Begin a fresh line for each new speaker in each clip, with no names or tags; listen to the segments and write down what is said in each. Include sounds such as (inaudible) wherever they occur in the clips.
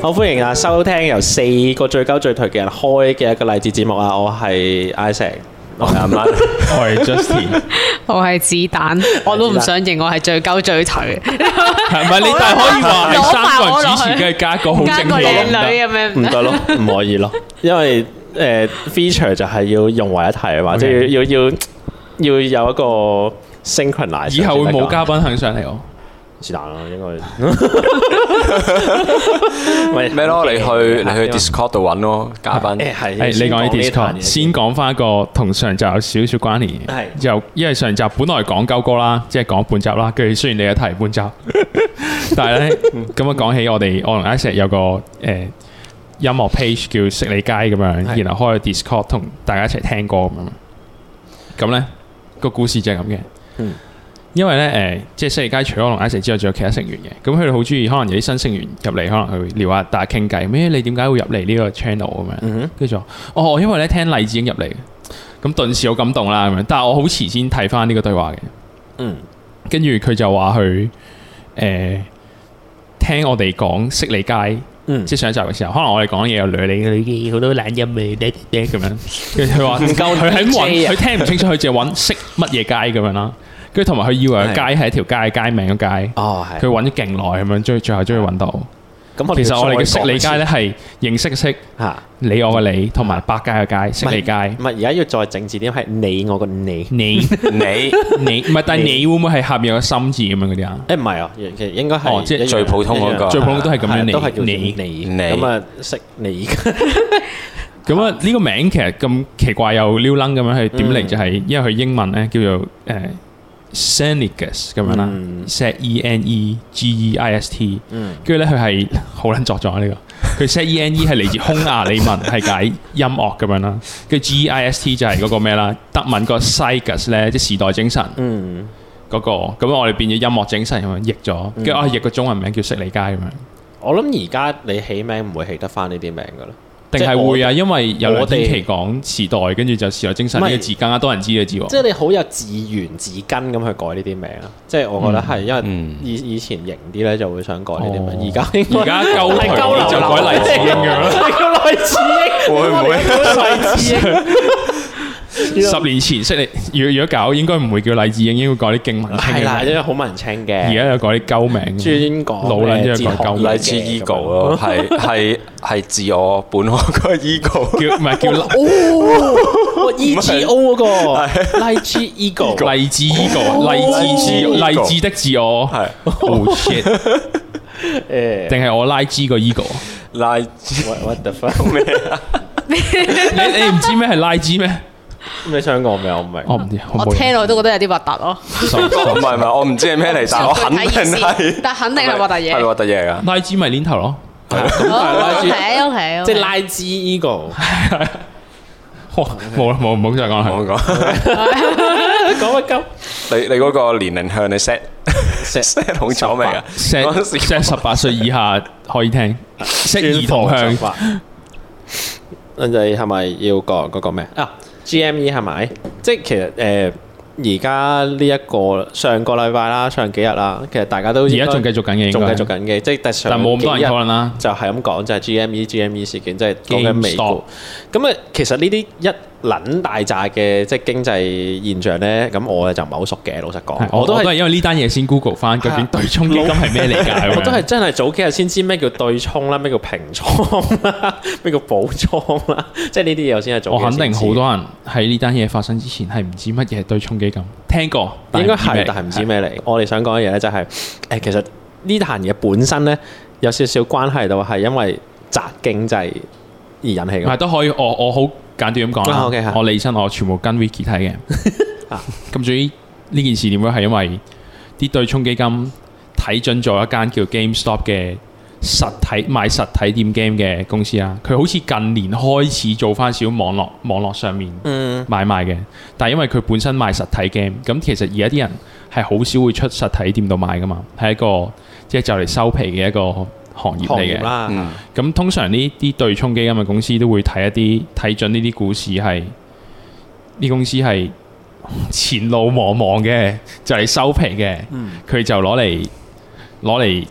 好歡迎啊！收聽由四個最高最頹嘅人開嘅一個勵志節目啊！我係 Isaac，我係阿媽，
我
(laughs)
係 Justin，
我係子彈， (laughs) 我都唔想認我係最鳩最頹，
係咪？你但係可以話係三個人主持，梗係加一個好
加
正
個
氣
靚
人啦。
女咁
(laughs)
樣
唔得咯，唔可以咯，因為誒 feature 就係要融為一體啊嘛，即係要要要有一個 synchronize。
以後會冇嘉賓肯上嚟哦。
是但啦，
(laughs)
應該。喂
咩咯？你去你
誒
去 Discord 度揾咯，嘉
(laughs)
賓
係係
係你講
呢
啲
壇
Discord，
嘢
先講翻個同上集有少少關聯
係，
就因為上集本來講鳩歌啦，即係講半集啦，跟住雖然你嘅題半集， (laughs) 但係咧
嗯
咁啊講起我哋我同 Isaac 有個誒音樂 page 叫識你街咁樣，
係
然後開咗 Discord 同大家一齊聽歌咁樣，咁咧個故事就係咁嘅。
嗯
因為咧誒，即係識你街除咗我同 Isaac 之外，仲有其他成員嘅。咁佢哋好中意，可能有啲新成員入嚟，可能去聊下大家傾偈。咩？你點解會入嚟呢個 channel 咁樣？跟住就話哦，我因為咧聽勵志已經入嚟，咁頓時好感動啦咁樣。但係我好遲先睇翻呢個對話嘅。
嗯，
跟住佢就話佢誒聽我哋講識你街。
嗯
即係上一集嘅時候，可能我哋講嘢有女你你好多懶音嘅嗲嗲咁樣，跟住佢話佢喺揾，佢聽唔清楚，佢淨係揾識乜嘢街咁樣啦。跟住同埋佢以為個街係一條街嘅街名嘅街，
哦
佢
係。
揾咗勁耐咁樣，最最後終於揾到。
咁我
其實我哋嘅
識
識你街咧係認識嘅識
嚇。
你我嘅你，同埋百佳嘅街識你街
唔係而家要再整字啲，係你我個你。
你
你
你唔係，但係你會唔會係下面有個心字咁樣嗰啲啊？
誒唔係啊，其實應該係
哦即係
一樣
最普通嗰個
一樣
最普通都係咁樣
係
你
都係叫
你
你
你
咁啊，識你
咁啊，呢個名其實咁奇怪又撩楞咁樣，係點嚟？就係因為佢英文咧叫做誒 Senegus 咁樣啦
嗯
，S E N E G E I S T，
嗯
跟住咧佢係好撚作狀啊呢個，佢 S E N E 係嚟自匈牙利文，係解音樂咁樣啦，跟住 G E I S T 就係嗰個咩啦，德文個 Sigus 咧，即係時代精神
嗯
嗰個，咁我哋變咗音樂精神咁樣譯咗，跟住啊譯個中文名叫悉尼街咁樣，
我諗而家你起名唔會起得翻呢啲名噶啦，
定係會啊？
即係我哋
因為有兩
我哋
天期講時代，跟住就時代精神呢
唔
個
係
字更加多人知嘅字喎。
即係你好有字源字根咁去改呢啲名啊！即係我覺得係因為
嗯
以以前型啲咧就會想改呢啲
哦
名，而家應該
而家鳩台就改黎智英
(laughs) 叫黎智英，
咁樣。
會唔會
會黎智英？
十年前識你，如果如果搞應該唔會叫黎智英，應該改啲勁文青
係啦，
嘅
因
名。
為好文青嘅，
而家又改啲鳩名。
專講
老
誒
撚咗
哲
一個
學 (laughs) 嘢
鳩名
荔枝
嘅 (laughs)
ego 咯，啊係係係自我本我個 ego。
叫
(laughs)
唔係叫
哦，E G O 嗰個 l i g e Eagle，
黎智依個黎智之
哦
黎智的自我
係
Oh shit！
(laughs) 誒
定係我拉枝個 ego？
荔枝
what what the fuck？
咩啊？
你你唔知咩係拉枝咩？
你想講咩？我唔明。
我唔知，
(laughs) 我
冇嘢
聽落都覺得有啲核突咯。
Sorry，
唔
sorry
係唔係，我唔知係咩嚟，
(laughs)
但係我肯定係，
但肯定係核突
係
嘢。哦
核突嘢嚟㗎。
拉枝咪鏈頭咯，哦
拉枝
OK OK，
即係拉枝
(laughs)
Eagle，
哇冇啦冇， (laughs) 唔好再講
我
啦。
講，
講乜鳩？
你你嗰個年齡向你 set set 好咗未啊？
石
嗰陣時
石十八歲以下可以聽，識兒童向
法。咁就係咪要講嗰個咩啊？GME 係咪？即係其實誒，而家呢一個上個禮拜啦，上幾日啦，其實大家都
而
應該
家仲繼續緊嘅，
仲繼續
應該
緊嘅，即係但係上
但冇咁多
幾
人
日
討論啦。
就係咁講，就係 GME GME 事件，即係講緊美
GameStop
股。咁啊，其實呢啲一撚大扎嘅即係經濟現象咧，咁我就唔係好熟嘅，老實
係
講，
我
哦我都
都
係啊
係因為呢單嘢先 Google 翻，究竟對沖基金係啊咩理
(laughs)
解咁樣？
我都係真係早幾日先知咩叫對沖啦，咩叫平倉啦， (laughs) 咩叫補倉啦， (laughs) 即係呢啲嘢我先係早
我
幾日
肯
先知。
定好多人喺呢單嘢發生之前係唔知乜嘢係對沖基金，聽過，但
應該係
咩，
但係唔知咩嚟。我哋想講嘅嘢咧就係、誒，其實呢壇嘢本身咧有少少關係到係因為宅經濟而引起
係
嘅。
都可以。我我好簡短咁講
啊，OK，
啦
係，
我理身我全部跟 Wiki 睇嘅
(laughs) 啊。
咁至於呢件事點樣係因為啲對沖基金睇準咗一間叫 GameStop 嘅實體賣實體店 game 嘅公司啊啦。佢好似近年開始做翻少網絡網絡上面。
嗯，
買賣嘅，但係因為佢本身賣實體 game，咁其實而家啲人係好少會出實體店度買噶嘛，係一個即係就嚟收皮嘅一個行業
行
嚟
業
嘅。
啦，
嗯，
咁通常呢啲對沖基金嘅公司都會睇一啲睇準呢啲股市係呢公司係前路茫茫嘅，就嚟收皮嘅，佢、就攞嚟攞嚟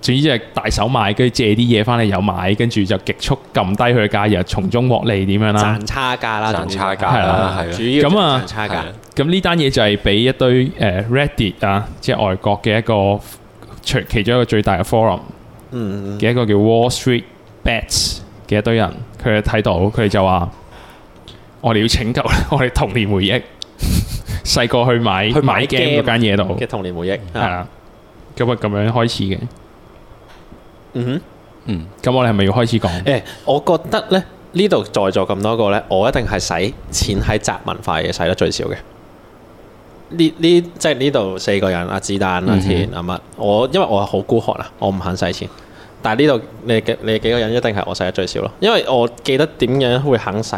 總之就係大手買，跟住借啲嘢翻嚟又買，跟住就極速撳低佢嘅價，然後從中獲利點樣啦。
賺差價啦，
賺差價
係
啦
啦，
總之
係
主要
咁啊
就係賺差
啦，係
價
啦。
咁呢單嘢就係俾一堆誒、呃 Reddit 啊，即係外國嘅一個除其中一個最大嘅 forum
嗯，嗯
嘅一個叫 Wall Street Bets 嘅一堆人，佢哋睇到佢哋就話：我哋要拯救 (laughs) 我哋童年回憶，細個去買
去買
買 game 嗰
game
間嘢度
嗯，嘅童年回憶
係，啦。咁啊咁樣開始嘅，
嗯哼。
嗯，
咁我哋係咪要開始講？
誒，我覺得咧呢度在座咁多個咧，我一定係使錢喺宅文化嘢使得最少嘅。呢呢即係呢度四個人，阿子彈、阿田、阿乜，我因為我係好孤寒啊，我唔肯使錢。但係呢度你嘅你幾個人一定係我使得最少咯，因為我記得點樣會肯使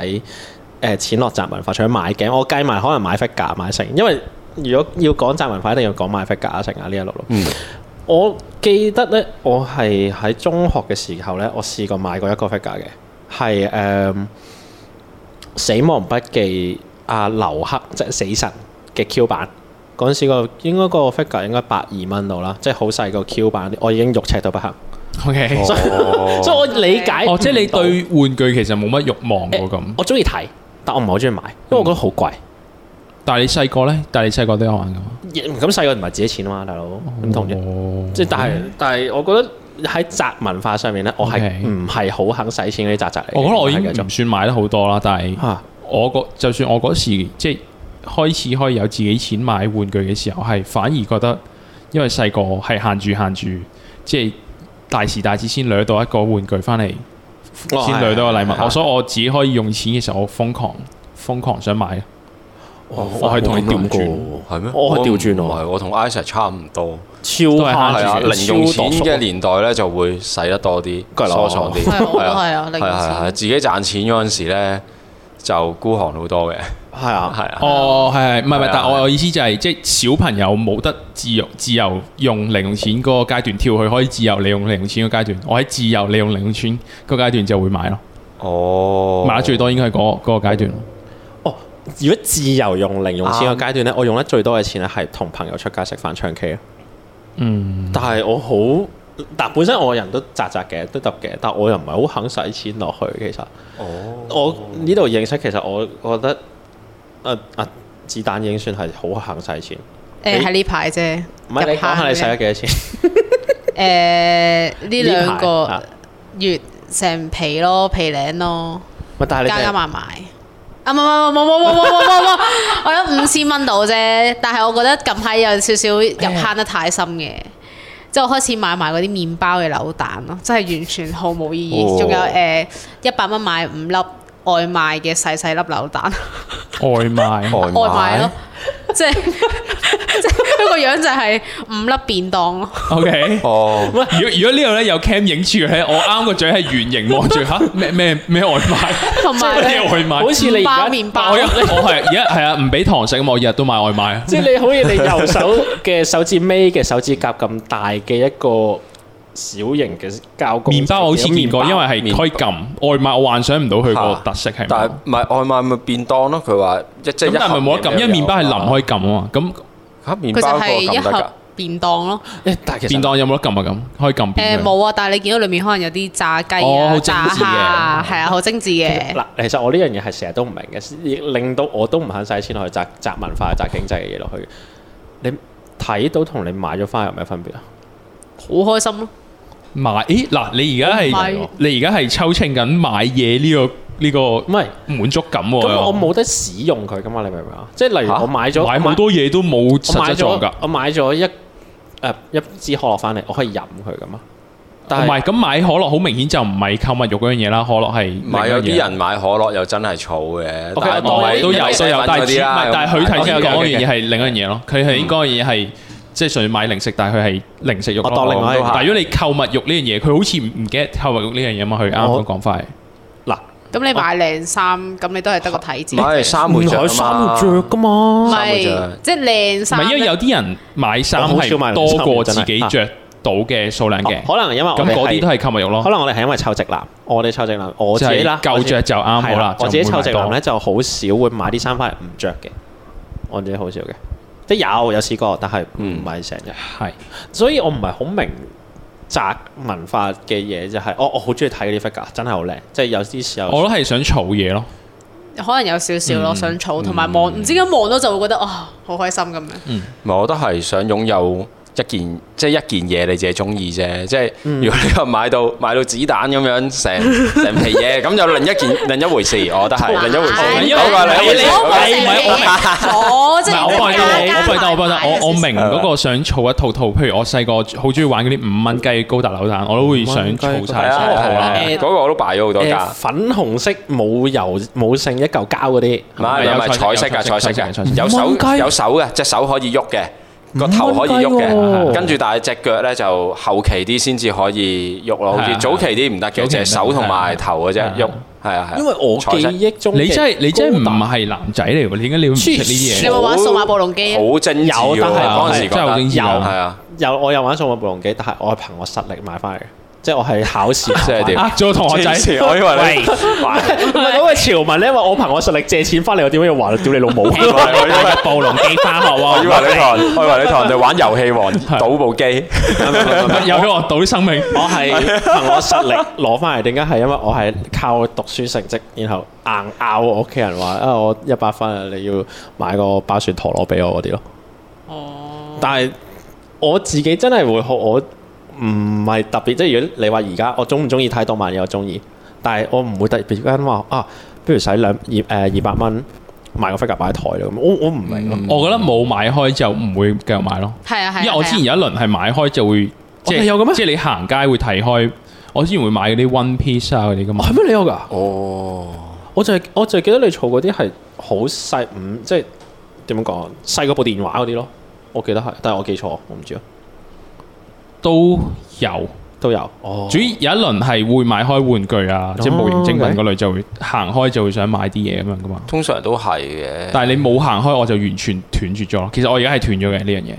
誒、錢落宅文化，除咗買鏡，我計埋可能買 figure 買成，因為如果要講宅文化，一定要講買 figure 啊成啊呢一路咯。
嗯
我記得咧，我係喺中學嘅時候咧，我試過買過一個 figure 嘅，係誒、嗯死亡筆記》啊劉克即係死神嘅 Q 版。嗰陣時個應該個 figure 應該百二蚊到啦，即係好細個 Q 版，我已經肉赤到不行，
OK，
所以
哦
所以我理解
哦，即係你
唔到
對玩具其實冇乜慾望
誒
喎咁。
我中意睇，但我唔係好中意買，因為我覺得好貴。
但係你細個咧，但係你細個都有玩噶嘛？
咁細個唔係自己錢啊嘛，大佬
哦
唔同嘅。
嘅
即係但係但係，我覺得喺宅文化上面咧，我係
OK
唔係好肯使錢嗰啲宅宅嚟嘅。
我覺得我已
係繼續
經唔算買得好多啦，但係
啊，
我個就算我嗰時即係開始可以有自己錢買玩具嘅時候，係反而覺得因為細個係限住限住，即係大時大節先掠到一個玩具翻嚟，
哦
先掠到個
係
禮
係
物。我所以我自己可以用錢嘅時候，我瘋狂瘋狂想買。我係同你調轉，
係咩？
我係調轉喎
唔係，我同 Isaac 差唔多，
超慳
係
係啊，
住
零用錢
超多
嘅年代咧就會使得多啲，
梗係啦
疏爽啲，
係我都
係
係啊零用錢
係係自己賺錢嗰陣時咧就孤寒好多嘅，
係啊，
係啊，
哦，係係，唔係唔
係
係
啊，
但係我我意思就係，即係小朋友冇得自由自由用零用錢嗰個階段跳去，可以自由利用零用錢個階段。我喺自由利用零用錢個階段就會買咯，
哦，
買得最多應該係嗰嗰個階段。
哦，如果自由用零用錢嘅階段咧，我用得最多嘅錢咧係同朋友出街食飯唱 K 咯。
嗯，
但係我好，但本身我個人都宅宅嘅，都揼嘅，但我又唔係好肯使錢落去。其實
哦，
我呢度認識，其實我覺得，啊啊，子彈已經算係好肯使錢。
誒喺呢排啫，
唔係你
入
講下你使咗
坑
幾多錢？
嘅誒呢兩
排啊
個月成皮咯，皮領咯，
咪但係你
加加
哋
埋埋。啊冇冇冇冇冇冇冇冇冇， (laughs) 我有五千蚊到啫，但係我覺得近排有少少入坑得太深嘅，即係我開始買埋嗰啲麵包嘅扭蛋咯，真係完全毫無意義。
哦
仲有誒一百蚊買五粒外賣嘅細細粒扭蛋。
外賣
外
外賣咯，即係 (laughs) 即係佢個樣就係五粒便當咯。
，OK。
哦，
如果如果呢度咧有 cam 影住咧，我啱個嘴係圓形望住吓咩咩咩外賣，
同埋
咩外
好
賣。
似你而
包
家
麵包
我一我係而家係啊，唔俾堂食咁，我日日都買外賣。啊
即係你好似你右手嘅手指尾嘅手指甲咁大嘅一個小型嘅膠公仔
麵包我好似見過，因為
麵
係
包
可以撳外賣，我幻想唔到佢個特色係乜
但係。唔係外賣咪便當咯？佢話一即係
咁
一
但係咪冇得撳？因為麵包係臨可以撳啊嘛。咁
嚇
佢
麵
就
包個
係一
撳得㗎
盒。便當咯。
誒，但係其實
便當有冇得撳啊？咁可以撳
誒
邊嘅？
冇啊，但係你見到裏面可能有啲炸雞
哦
啊、
好精緻
炸
嘅
蝦啊，係啊，好精緻嘅。
嗱，其實我呢樣嘢係成日都唔明嘅，亦令到我都唔肯使錢落去砸砸文化、砸經濟嘅嘢落去。你睇到同你買咗翻有咩分別啊？
好開心咯！
買咦嗱，你而家
我買
係你而家係抽清緊買嘢呢個呢
唔
個
係，
滿足感喎。
咁我冇得使用佢噶嘛？你明唔明啊？即係例如
嚇
我買咗
買好多嘢都冇
我
實
買
質作用㗎
咗。我買咗一誒一支可樂翻嚟，我可以飲佢噶嘛？
唔
但係
係咁買可樂好明顯就唔係購物慾嗰樣嘢啦，可樂係另一
唔
樣嘢
係有啲人買可樂又真係儲嘅，
OK，
但係
我
唔
當
係
然
都
因
有
為
都有，
細
但係
份嗰
只
啲
唔
啦
係但係佢頭先
OK，OK，OK，OK
講嘅嘢係另一樣嘢咯，佢係應該嘢係。即係純粹買零食，但係佢係零食肉咯。
我當另外一樣
但係如果你購物慾呢樣嘢，佢好似唔唔記得購物慾呢樣嘢嘛？佢啱啱
我
講法係。
嗱，
咁你買靚衫，咁你都係得個睇字
唔。係三會
唔
著
係衫會着噶
唔
嘛？
衫嘅
係
啫
即係靚
唔
衫
係
咧。
因為有啲人買衫
我好少買零
係多
衫嘅
過
真係
自己
啊
着到嘅數量嘅，
可能因為我
咁
哋
嗰啲
係
都係購物慾咯
可。能我哋係因為湊直男，我哋湊直男，我自己啦，
就係夠着就啱好
係
啦。
我自己
就唔
湊
會買
直
多
男咧就好少會買啲衫翻嚟唔着嘅，我自己好少
嗯
嘅，即係有有試過，但係唔係成日，
係
所以我唔係好明宅文化嘅嘢就係、我我好中意睇嗰啲 figure，真係好靚，即係有啲時候
我都係想儲嘢咯。
可能有少少咯，想儲同埋望，唔知點解望到就會覺得啊，好開心咁樣。
唔係，我都係想擁有一件，即係一件嘢你自己中意啫。即係如果你話買到買到子彈咁樣 (laughs) 成成皮嘢，咁就另一件另一回事。我覺得係另一回
係
事。
因為
嗰個
因為
另一回事
你你唔
嗰個
係我明
我即
唔
係
係我拜
加
得，
加
我拜得，我拜得，
埋
我我
埋
明嗰個想儲一套套，譬如我細個好中意玩嗰啲五蚊雞高達扭蛋，我都會想儲
係
晒
啊
成
係
套
啊
啦。
係啊嗰個我都擺咗好多
誒、
架。
粉紅色冇油冇剩一嚿膠嗰啲，
唔係唔係彩色㗎，彩色㗎，有手有手嘅，隻手可以喐嘅，個頭可以喐嘅，跟住但係隻腳咧就後期啲先至可以喐咯，好似早期啲唔得嘅，隻手同埋頭嘅啫喐，係啊係。
因為我
彩
記
色
憶中
你真係你真係唔
係。
係男仔嚟喎？點解你會唔識呢啲
你
嘢
有？冇玩數碼暴龍機啊？
好精緻喎，嗰陣時覺得係
有
啊，
有我有玩數碼暴龍機，但係我係憑我實力買翻嚟嘅，即係我係考試
(laughs) 即係點
呃咗同學仔。
(laughs) 我以為你
唔係嗰個潮文咧，因為我憑我實力借錢翻嚟，我點解要還？屌你
(laughs)
老母！
暴龍記化學
啊我以
喎，
為你同 (laughs) 人，我以為你同人哋玩遊戲王賭部機，
有咗我賭生命。
我係憑我實力攞翻嚟，點解係因為我係靠讀書成績，然後硬拗我屋企人話啊，我一百分啊，你要買個包雪陀螺俾我嗰啲咯。
哦，
但係我自己真係會好，我唔係特別，即係如果你話而家我中唔中意睇動漫嘢，我中意，但係我唔會特別間話啊，不如使兩二誒二百蚊買個 figure 擺喺台度咁，我我唔明咯。
我覺得冇買開就唔會繼續買咯，
係啊係啊。
因為我之前有一輪係買開就會，即
哦係有嘅咩
係即係你行街會睇開。我之前會買嗰啲 One Piece 啊嗰啲噶嘛
哦，係咩你有㗎？
哦，
我就係我就係記得你儲嗰啲係好細五，即係點樣講啊？細嗰部電話嗰啲咯，我記得係，但係我記錯，我唔知啊，
都有。
都有。哦
主要有一輪係會買開玩具啊，即係模型精品嗰類就會行開就會想買啲嘢咁樣噶嘛。
(laughs) 通常都係嘅。
但係你冇行開，我就完全斷絕咗。其實我而家係斷咗嘅呢樣嘢。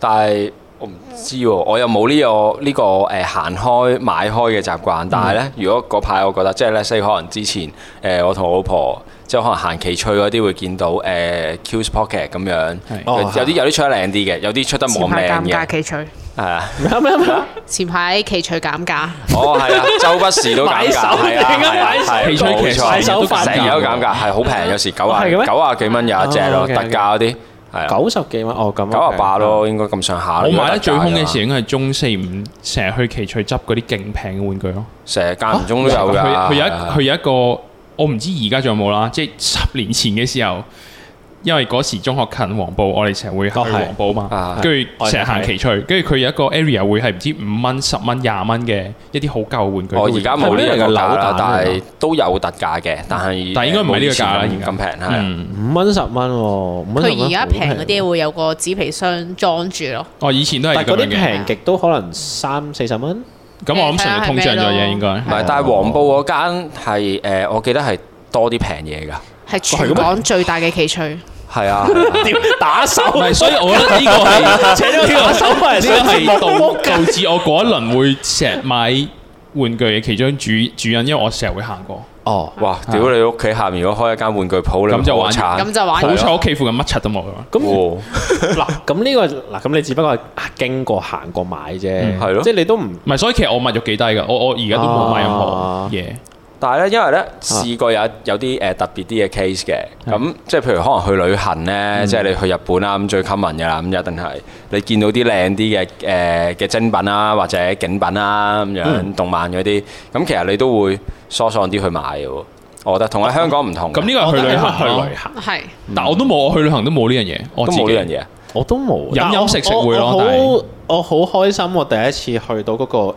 但係我唔知喎，我又冇呢、個呢、個誒、呃行開買開嘅習慣。但係咧，如果嗰排我覺得即係咧，即係可能之前誒、呃我同我老婆即係可能行奇趣嗰啲會見到誒、呃 Q's Pocket 咁樣，
係
哦
有啲有啲出得靚啲嘅，有啲出得冇
前
咁
排
靚
減價
嘅，
奇趣，
係啊，
咩咩咩？
前排奇趣減價，
(laughs)
哦係啊，周不時都減
買手
價，係啊
突然間
係啊
買手
係啊，
奇趣
冇
騎
錯
士手法
成日都減價，係好平，有時九啊
係嘅咩
九啊幾蚊有一隻
哦
咯，
，OK，OK
特價嗰啲係啊，
(laughs) 九十幾蚊哦，咁
九啊八。咯，應該咁上下啦。
我
如果
買得
特
最
價
兇嘅
話
時應該係中四五，成日去奇趣執嗰啲勁平嘅玩具咯。
成日間唔中都有㗎。
佢佢有一
係啊
佢有一個，我唔知而家仲有冇啦。即係十年前嘅時候，因為嗰時中學近黃埔，我哋成日會去
哦係
黃埔嘛
啊，
跟住
我哋
成日行奇趣，跟住佢有一個 area 會係唔知五蚊、十蚊、廿蚊嘅一啲好舊嘅玩具。
我哦而家冇呢一個
係咩嚟
價啦，
㗎
但
扭
係都有特價嘅，但係
啊但係應該唔係呢個價啦
冇以
而
前
家
咁平係啊。
嗯，
五蚊十蚊喎，五蚊十蚊
佢而家
好
平嗰啲，會有個紙皮箱裝住咯。
我以前都係
但係
咁
嗰
樣
啲
嘅。
平極都可能三四十蚊。
咁我諗成日通脹咗嘢應該
唔。係，但係黃埔嗰間係誒，我記得係多啲平
(laughs)
嘢㗎。
係全港最大嘅奇趣，
係啊，係啊
屌打手，
唔係，所以我覺得呢
(laughs)
個係
請咗打手翻嚟，
呢個係導
冇
導致我嗰一輪會成日買玩具嘅其中主主因，因為我成日會行過，
哦。
哇！屌你屋企下面如果開一間玩具鋪，你
咁就玩
好慘哦
咁就玩
好
係啊
彩屋企附近乜柒都冇啊！
咁嗱，
哇
咁呢個嗱，咁你只不過係啊經過行過買啫，
係咯
即係你都唔
唔係，所以其實我物欲幾低㗎，我我而家都冇買任
啊
何嘢。
但係咧，因為咧試過有有啲誒特別啲嘅 case 嘅，咁即係譬如可能去旅行咧，即係你去日本啦，咁最 common 嘅啦，咁一定係你見到啲靚啲嘅誒嘅精品啦，或者景品啦咁樣動漫嗰啲，咁其實你都會疏爽啲去買嘅喎。我覺得同喺香港唔同嘅，
咁呢個係去旅行咯
去旅行，
係
但我都冇，我去旅行都冇呢樣嘢，我
都
自己
冇呢樣嘢。 (laughs)
我都冇
飲飲食食會咯
但
但
係我
係
我好我好開心，我第一次去到嗰個誒，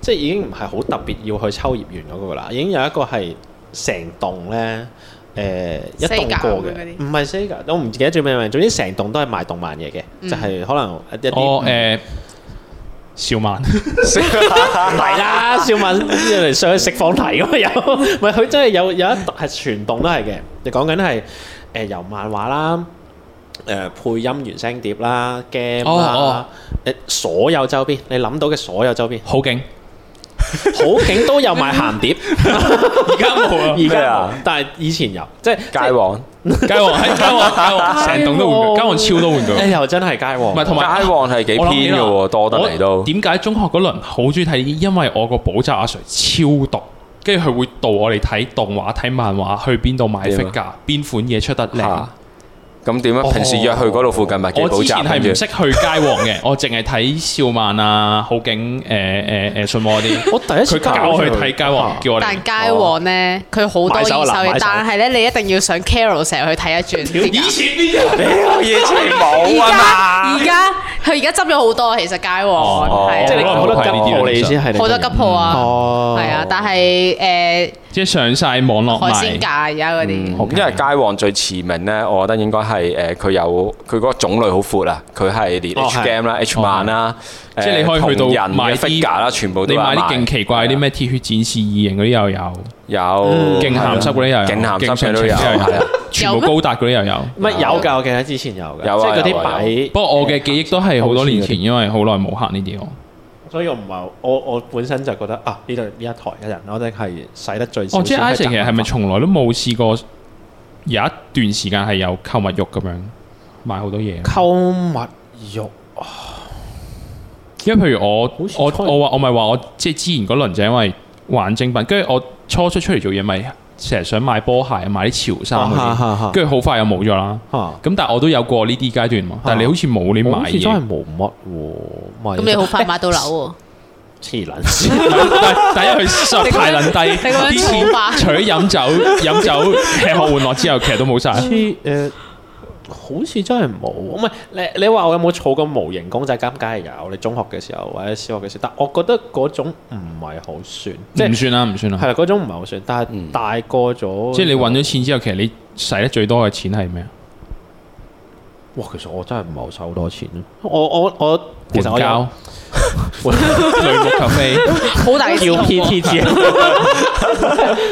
即係已經唔係好特別要去秋葉原嗰個啦，已經有一個係成棟咧。誒、一棟過
西格咁樣嗰
嘅，
啲
唔係 Sega，我唔記得最咩名。總之成棟都係賣動漫嘢嘅，就
嗯
係可能一啲
我哦
嗯
誒小曼， (laughs)
唔係啦，小敏嚟上去食放題咁嘛
(laughs)
有，唔係佢真係有有一係全棟都係嘅。你講緊係誒由漫畫啦，誒、配音原聲碟啦，game 啦，誒、
哦哦 (laughs)
所有周邊你諗到嘅所有周邊，
好勁，
好景都有賣鹹
(laughs)
碟，
而家冇啊，
而
咩
家冇
啊
但係以前有，即係
街王
(laughs) 街王喺街王街
(laughs)
王成棟都玩具，街王超多玩具。
誒又真係街
唔係
喎，
同埋
街王哎係幾
我諗起
偏嘅
啦
喎，多得嚟
我
都。
點解中學嗰輪好中意睇？因為我個補習阿 Sir 超毒，跟住佢會導我哋睇動畫、睇漫畫，去邊度買
點啊
figure，邊款嘢出得靚
嚇。咁點啊？平時約去嗰度附近咪幾
我
補
之前
習
係
跟住
唔識去街王嘅，我淨係睇少漫啊、好景、誒誒誒信和嗰
(laughs)
啲。
我第一次
佢教我去睇街王，叫我哋
但街王咧，佢好多
買
二
手
手
啦買
嘢
手，
但係咧你一定要上 Carol 成日去睇
(laughs)
一轉。點解
前邊有
屌以前
而
冇啊
家
嘛
而。家佢而家執咗好多，其實街王
哦
係
即係你
啊
好多吉鋪你先係
好多吉鋪啊，
哦，
係啊，但係誒
即係上晒網絡
海
賣
鮮
嗯
價而家嗰啲。
OK
因為街王最馳名咧，我覺得應該係誒佢有佢嗰個種類好闊啊，佢係連
哦
H
係
game 啦、H 漫啦，
即係你可以去到
誒同
買
人嘅
啲
figure 啦，全部都
你
有
買啲
賣
勁奇怪啲咩鐵血戰士異形嗰啲又有，
有
嗯勁鹹濕嗰啲又有，
勁鹹濕嘅
上
都
情嗰
有，
啲又
係啊，
全部高達嗰啲又有。
唔係有㗎，我記得之前有㗎，
有啊
即係嗰
有
啲
啊
擺。
不過我嘅記憶都係好多年前，因為好耐冇行呢啲咯。
所以我唔係我我本身就覺得啊呢度呢一台嘅人，我哋係使得最少。
哦，即係 Isaac 其實係咪
先
從來都冇試過有一段時間係有購物慾咁樣買好多嘢？
係購物欲？
因為譬如我
似
我
開
我話我咪話我即係之前嗰輪就因為玩精品，跟住我初初出嚟做嘢咪成日想買波鞋、買啲潮衫嗰
啊啊啊
啲，跟住好快又冇咗啦。
嚇！
咁但係我都有過呢啲階段嘛，但係你好似冇你買
我啊好似真
嘢，
係冇乜喎，咪
咁你好快買到樓喎？
(laughs) 黐撚
(laughs)
線，
(laughs) 但係第一佢實在太撚低，
你咁樣
啲錢
儲法
除咗飲酒、飲酒、吃喝玩樂之後，其實都冇晒。
黐誒。呃好似真係冇，唔係你你話我有冇儲過模型公仔咁？梗係有，你中學嘅時候或者小學嘅時候，但我覺得嗰種唔係好算，即
唔
係
算啦，唔算啦
係。啦，嗰種唔係好算。但係
嗯
大個咗，
即係你揾咗錢之後，其實你使得最多嘅錢係咩啊？
哇！其實我真係唔係好使好多錢咯。我我我其實我有
(laughs) 換膠、雷木咖啡，
好大嘅消
(laughs) 叫
耗
P T (laughs) T
哦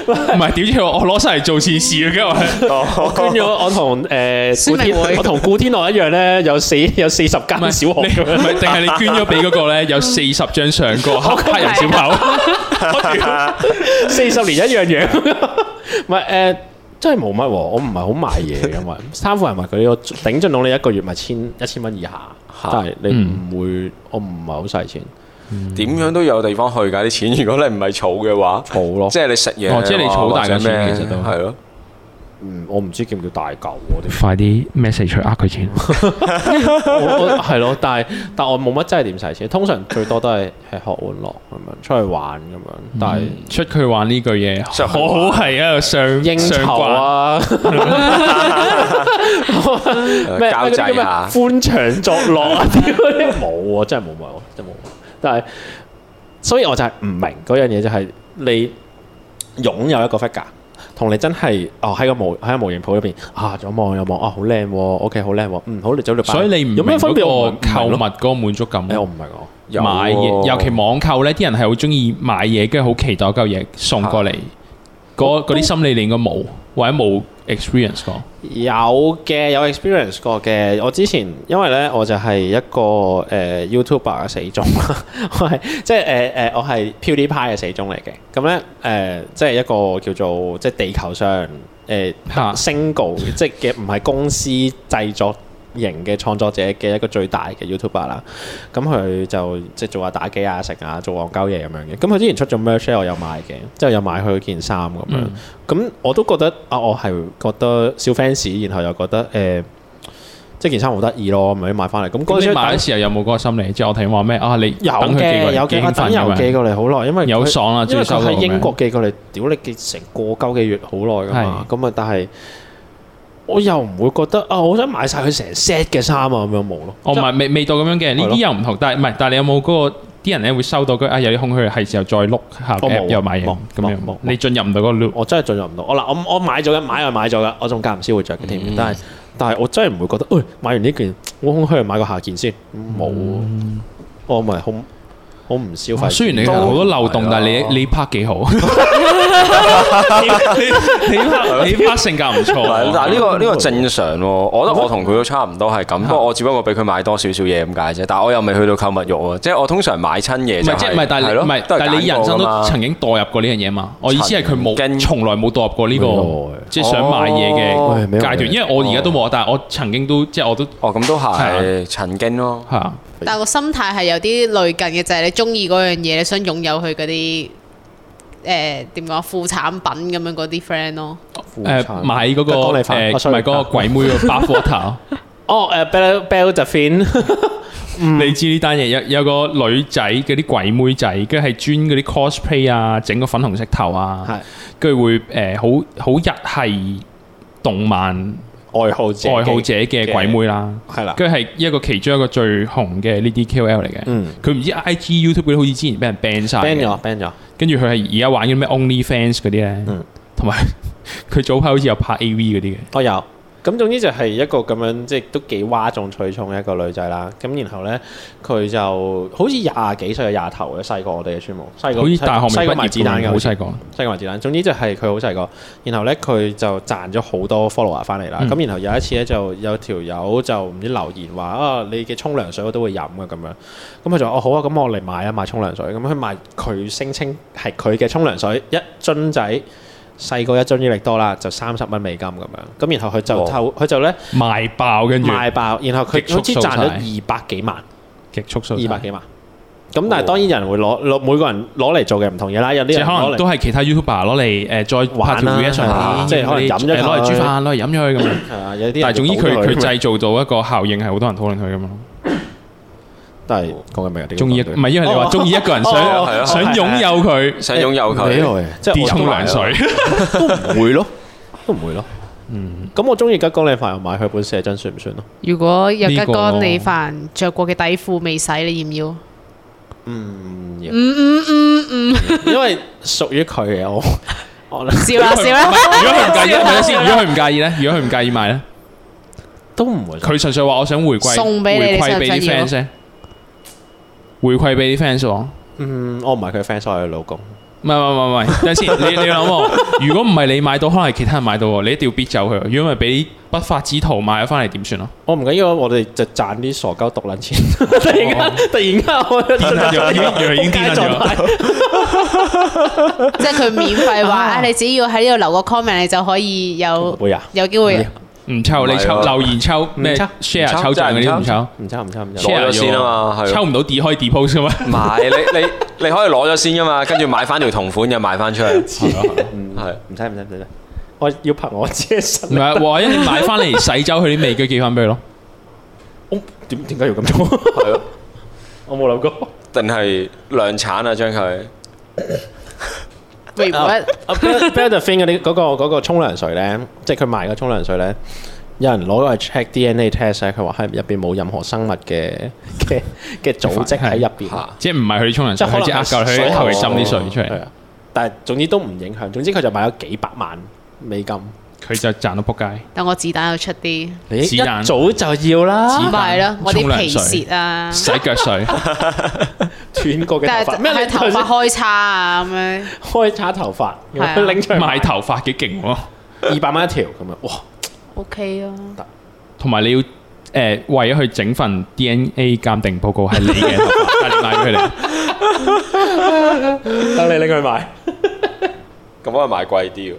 唔係屌住我，我攞晒嚟做善事啊！跟住我係
我捐咗我同誒
宣
古
明會
天我同古天樂一樣咧，有四有四十間
唔
(laughs)
係
小學
(laughs) 你
咁
唔
樣。
係定係你捐咗俾嗰個咧
(laughs)
有四十張相個黑黑人小口，
(laughs) 四十年一樣樣，唔係誒，真係冇乜喎，我唔係好買嘢嘅，因 (laughs) 為三富人物佢我頂盡到你一個月咪千一千蚊以下，
嚇
但係你唔會，我唔係好使錢，
點樣都有地方去㗎啲錢。如果你唔係儲
(laughs)
嘅話，
儲咯，
即係你食嘢
哦
啊，
即係你儲大嘅
或者
錢
咩
其實都
係咯。
嗯我唔知叫唔叫大嚿喎，點
快啲 message 佢呃佢錢。
我我係咯，但係但我冇乜真係點使錢，通常最多都係吃喝玩樂咁樣，出去玩咁樣，
嗯
但係。
出去玩呢句嘢，
出去玩
我好係一個上
應
上
酬
掛，
啊，咩
交
咩嗰啲
際啊
叫咩
啊
下
歡場作樂
(laughs)
啊，屌你冇喎，真係冇買喎，真係冇買。但係，所以我就係唔明嗰樣嘢就係你擁有一個 figure。同你真係哦喺個模喺個模型鋪入邊啊左望右望啊好靚喎，OK 好靚喎，嗯好你走你擺
所以你唔
有咩
明
分
嗰
別？
個
我唔明
購物
咯哎
嗰個滿足感咯。
誒我唔明我
有
買嘢，
喎
尤其網購咧，啲人係好中意買嘢，跟住好期待嗰嚿嘢送過嚟，嗰嗰啲心理你應該冇，或者冇 experience 過。
有嘅，有 experience 過嘅。我之前因為咧，我就係一個誒、呃 YouTuber 嘅死忠 (laughs) 啦，我係即係誒誒，我係 PewDiePie 嘅死忠嚟嘅。咁咧誒，即係一個叫做即係地球上呃誒、
嚇
single 即係嘅唔係公司製作型嘅創作者嘅一個最大嘅 YouTuber 啦。咁佢就即係做下打機啊、食啊、做戇鳩嘢咁樣嘅。咁佢之前出咗 merch 咧我有買嘅，之後有買佢件衫咁樣。
嗯
咁我都覺得啊，我係覺得小 fans，然後又覺得誒、呃即係件衫好得意咯，咪買翻嚟。咁嗰
咁
陣
你
時
買嘅時候有冇嗰個心理？即係我聽話咩啊？你
有
等佢寄過
嘅，
嚟
有
幾
嘅，我
興
等
奮
郵
咁
寄
樣
過嚟好耐，因為
有
佢
爽啦，
因
最
為
收
佢
到
喺
咁樣
英國寄過嚟，屌你寄成個鳩幾月好耐噶嘛，咁啊但係我又唔會覺得啊，我想買晒佢成 set 嘅衫啊咁樣冇咯。
哦，唔係未未到咁樣嘅，呢
係
啲
咯
又唔同。但係唔係？但係你有冇嗰個啲人咧會收到佢啊？有啲空虛，係時候再碌下個
我
哦
冇
啊
app 又買嘢
冇
咁樣
冇冇，
你進入唔到嗰個 loop。
我真係進入唔到。我嗱，我我買咗嘅，買就買咗噶，我仲間唔時會着嘅添。
嗯
但係但係我真係唔會覺得，誒、買完呢件，我空虛買個下件先，冇。我咪好我唔消費。
嗯雖然你好多漏洞，
都
但係
係啊
你你拍
(laughs)
幾好，你你你拍你拍性格唔錯。
(laughs) 嗱，啊嗱呢個呢個正常喎，我覺得我同佢都差唔多係咁，不過我只不過比佢買多少少嘢咁解啫，但係我又未去到購物慾喎，即係我通常買親嘢
唔
就
係即係唔係，但係
係
你
咯
唔係，
都係
但係你
揀
人生
過㗎
都
嘛
曾經代入過呢樣嘢嘛？我意思係佢
曾
冇，
經
從來冇代入過呢個
未來
即係想買嘢
哦
喂
嘅
未來
階段，因為我而家都冇，但係我曾經都即係我都
哦，咁都
係
係曾經咯。
係啊。
但係個心態係有啲類近嘅，就係、你中意嗰樣嘢，你想擁有佢嗰啲誒點講副產品咁樣嗰啲 friend 咯。
誒呃買嗰個
當你
誒
發我
買
sorry，
嗰個鬼妹
(laughs)
個 b a f o t a
哦誒 Bell Bell 就 fin 嗯
你知呢單嘢有有個女仔嗰啲鬼妹仔，跟住係專嗰啲 cosplay 啊，整個粉紅色頭啊，
係
跟住會誒好好日系動漫
愛好者
愛好者嘅鬼妹啦，
係啦，
跟住係一個其中一個最紅嘅呢啲 KOL 嚟嘅。
嗯
佢唔知 IG、YouTube 嗰啲好似之前俾人 ban 晒
ban
嘅，
咗 ban 咗，
跟住佢係而家玩緊咩 OnlyFans 嗰啲咧
嗯，
同埋 (laughs) 佢早排好似有拍 AV 嗰啲嘅。
我有。咁總之就係一個咁樣，即係都幾嘩眾取寵嘅一個女仔啦。咁然後咧，佢就好似廿幾歲嘅廿頭嘅，細過我哋嘅全部，細過
好似大學
細
未
過
畢
埋
業
子彈
咁
嘅，
好細個。
西環子彈，總之就係佢好細個，然後咧佢就賺咗好多 follower 翻
嗯
嚟啦。咁、然後有一次咧就有條友就唔知留言話啊，你嘅沖涼水我都會飲嘅咁樣。咁佢就話哦好啊，咁我嚟買啊買沖涼水。咁佢買佢聲稱係佢嘅沖涼水一樽仔。細個一樽益力多啦，就三十蚊美金咁樣，咁然後佢就
哇
透佢就咧
賣爆，跟住
賣爆，然後佢
極速
好似賺咗
掃晒
二百幾萬。
極速數
二百幾萬。咁但係當然有人會攞攞每個人攞嚟做嘅唔同嘢啦，有啲
哦即
人
係可
攞
能都
嚟
係其他 YouTuber 攞嚟誒再拍
玩啦
條 reaction
係
片，
即係可能飲咗
誒攞嚟煮
佢
飯，攞嚟飲咗佢咁樣。
係啊，有啲人
但係總之佢
賭
佢
佢
製造到一個效應係好多人討論佢咁咯。
但係講緊咩啊？呢個
中意一唔係因為你話
哦
中意一個人
哦
想
哦
係啊
想擁有佢
想擁有
對
佢，
哎呀即係
啲
我
沖涼水，
都唔會咯，都唔會咯。嗯，咁我中意吉江你飯又買佢本寫真算唔
(laughs)
算咯？
如果有吉
呢個
干你飯着過嘅底褲未洗，你要唔要？
嗯，嗯嗯嗯嗯，因為屬於佢嘅我，我
笑啦笑啦，
如果佢唔介意，睇下先。如果佢唔介意咧，如果佢唔介意買咧，
都唔會。
佢純粹話我想回歸，
送俾你
回
你想
饋
唔
俾
想
啲
要
fans 啫回饋俾啲 fans 喎。
嗯，我唔係佢 fans，我係佢老公。
唔係唔係唔係，等陣先，你你要諗喎。如果唔係你買到，可能係其他人買到喎，你一定要逼走佢。如果唔係俾不法之徒買咗翻嚟，點算啊？
我唔緊要，我哋就賺啲傻鳩獨撚
(laughs)
錢。
哦
突然間，突然間，我
癲咗已經已經癲咗
即係佢免費話，啊你只要喺呢度留個 comment，你就可以有
會啊，
有機會。
唔抽，
唔係
你抽
喎
留言抽咩
唔抽
share
唔抽
抽獎嗰啲唔
唔
抽
抽
唔差唔差唔差。
攞
share
咗先啊嘛
咗
係
抽唔到 d 可以 depose 噶嘛？
唔係你你你可以攞咗先噶嘛，跟住買翻條同款嘅賣翻出去，係
唔使唔使唔使，我要拍我自己身
哦
唔。係，或者你買翻嚟洗走佢啲味，佢寄翻俾佢咯。
我哦點點解要咁做？
係咯，
(laughs) 我冇諗過。
定係量產啊將佢，
微博一
b e l d e f i n 嗰啲嗰個嗰個沖涼水咧，即係佢賣個沖涼水咧，有人攞嚟 check DNA test 咧，佢話係入邊冇任何生物嘅嘅嘅組織喺入邊
嚇，
即係唔係佢沖涼
即
水，
係可
佢
能
只呃夠佢，求其斟啲水出
係
嚟，
啊，但係總之都唔影響。總之佢就買咗幾百萬美金。
佢就賺到仆街。
(laughs) 等我子彈又出啲，
你
子
一
彈
早就要
子
啦
彈，
咪係咯，我
沖
啲
涼
皮
水
屑啊，
洗腳水，
斷過嘅
但
頭髮，(laughs)
係
咩
咩？
你
頭
頭
髮
先
開叉啊咁樣。
開叉頭髮，
係啊
拎出去
賣
賣
頭髮幾勁喎，
二百蚊一條咁樣，哇！
O K 啊，
同埋你要誒為咗佢整份 DNA 鑑
(laughs)
定報告係你嘅頭髮，但係你買咗佢哋。
等你拎去賣，
咁可以買貴啲喎。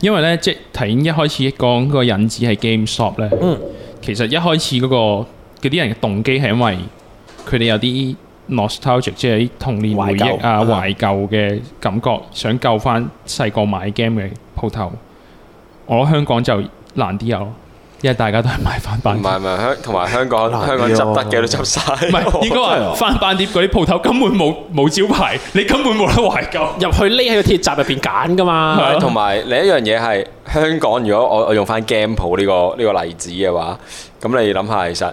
因為咧，即係頭先一開始講嗰個引子係 GameStop 咧，
嗯
其實一開始嗰、個嗰啲人嘅動機係因為佢哋有啲 nostalgic，即係啲童年回憶啊、
懷
懷舊嘅感覺，想救翻細個買 game 嘅鋪頭。我覺得香港就難啲有咯，因為大家都係買翻版
唔。係唔係香，同埋香港
難啲
香港執得嘅都執晒。
唔係，應
(laughs)
該
真係
話
啊
翻版碟嗰啲鋪頭根本冇冇招牌，你根本冇得懷舊。
入去匿喺個鐵閘入邊揀噶嘛。
啊
係同埋另一樣嘢係香港，如果我我用翻 game 鋪呢個呢個例子嘅話，咁你諗下，其實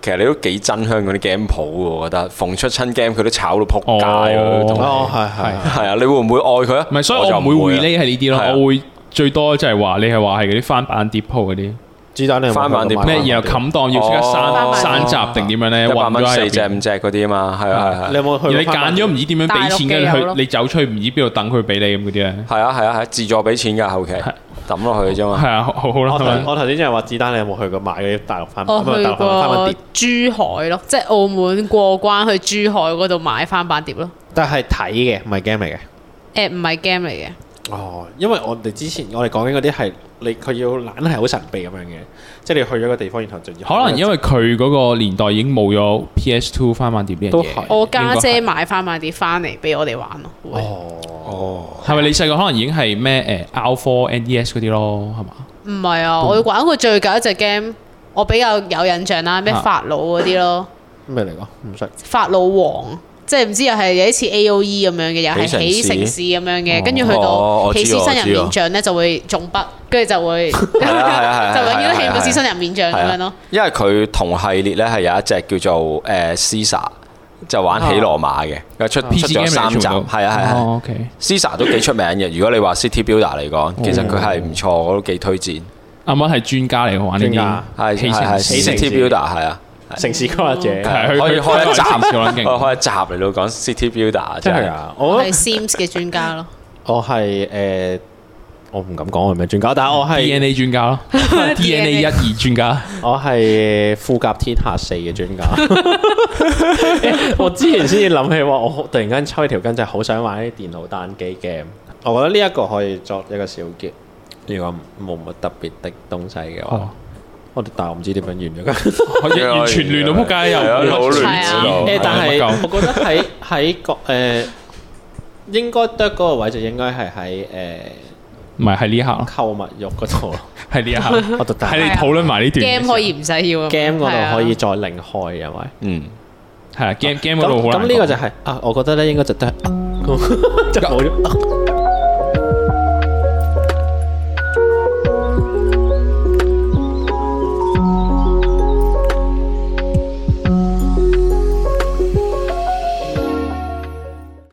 其實你都幾憎香港啲 game 鋪喎，我覺得逢出親 game 佢都炒到撲街喎。同埋
哦，係係
係。
係啊，你會唔會愛佢啊？
唔係，所以
就
我唔會
啊
relay 係呢啲
係啊
咯，我會最多就係話你係話係嗰啲翻版碟鋪嗰啲，
子彈你有冇
翻版
去
碟
過買
咩啊
過
然後冚檔要即刻
哦
山山閘定點樣咧？
一百蚊四隻
隻，
五隻嗰啲啊嘛，係啊係啊
你。有冇去過
而你
翻版
揀
碟
咗唔知點樣俾錢，
大陸嘅有
跟住
咯
去你走出去唔知邊度等佢俾你咁嗰啲咧，
係啊係啊係啊，自助俾錢㗎，後期抌落去啫嘛。
係啊，好好好
我
啦，係咪
頭我頭先就係話子彈，你有冇去過買嗰啲大陸
啊
翻版？
我
唔係
去
大陸翻版翻版
過
碟，
珠海咯，即係澳門過關去珠海嗰度買翻版碟咯。
但係睇嘅，唔係 game 嚟嘅。
誒唔係 game 嚟嘅，
哦，因為我哋之前我哋講緊嗰啲係你佢要懶係好神秘咁樣嘅，即係你去咗個地方，然後就要
可能因為佢嗰個年代已經冇咗 PS Two 翻版碟呢樣
都
嘢
係，
我家姐買翻版碟翻嚟俾我哋玩咯。會
哦，
哦，
係咪你細個可能已經係咩誒 Alpha NES 嗰啲咯，係嘛？
唔係
嗯
啊，我玩過最舊一隻 game，我比較有印象啦，咩
啊
法老嗰啲咯，
咩嚟講？唔識。
法老王。即係唔知又係有一次 A.O.E 咁樣嘅，又係
起
起
城市
城市咁樣
哦
嘅，跟住去
哦
到
我知
起
喎
獅身
我
人
知喎
面像咧就會中筆，跟 (laughs) 住就會就永
係啊係啊係啊
遠都起唔到獅身人面像咁
係
樣咯
啊。，因為佢同系列咧係有一隻叫做誒 Caesar，就玩起羅馬嘅，又出出
PC
咗
啊 game
三集，
嚟做
係
到
啊係啊。係啊
哦，OK，
Cisa 都幾出名嘅，如果你話 City Builder 嚟
哦
講，其實佢係唔錯，我都幾推薦。
啱啱係專家嚟玩
專家
呢
係
啲，
係
起城
係
市
起城市
City Builder 係啊，
城市規劃者
係佢
可以
佢
開一集
城市好撚
可以
勁
(laughs) 開一集嚟到講 City Builder
真
真
係
係。
啊！
我
我
係 Sims 嘅專家咯，
我係誒，我唔敢講我係咩專家，但係我 (laughs) 係
DNA 專家咯，DNA 一二專家，
我係富甲天下四嘅專家。我之前先至諗起話，我突然間抽起條筋，就係好想玩啲電腦單機 game。我覺得呢一個可以作一個小結。如果冇乜特別的東西嘅話，
哦，
我哋但係我唔知點樣完咗。
完全亂到撲街
係啊
又
好
亂
啊
誒，但係
乜鳩
我覺得喺喺個誒，應該得嗰個位就應該係喺
唔係係呢一刻咯
誒，購物欲嗰度咯。
係呢一刻，
(laughs) 我就但
係你
係
係啊
討論埋呢段
game 可以唔使要啊
game 嗰
係啊
度可以再另開，因為。
嗯，
係啊 game game 嗰度
咁咁
好難
呢個 (laughs)
講
就係啊，我覺得咧應該就得啊就冇咗。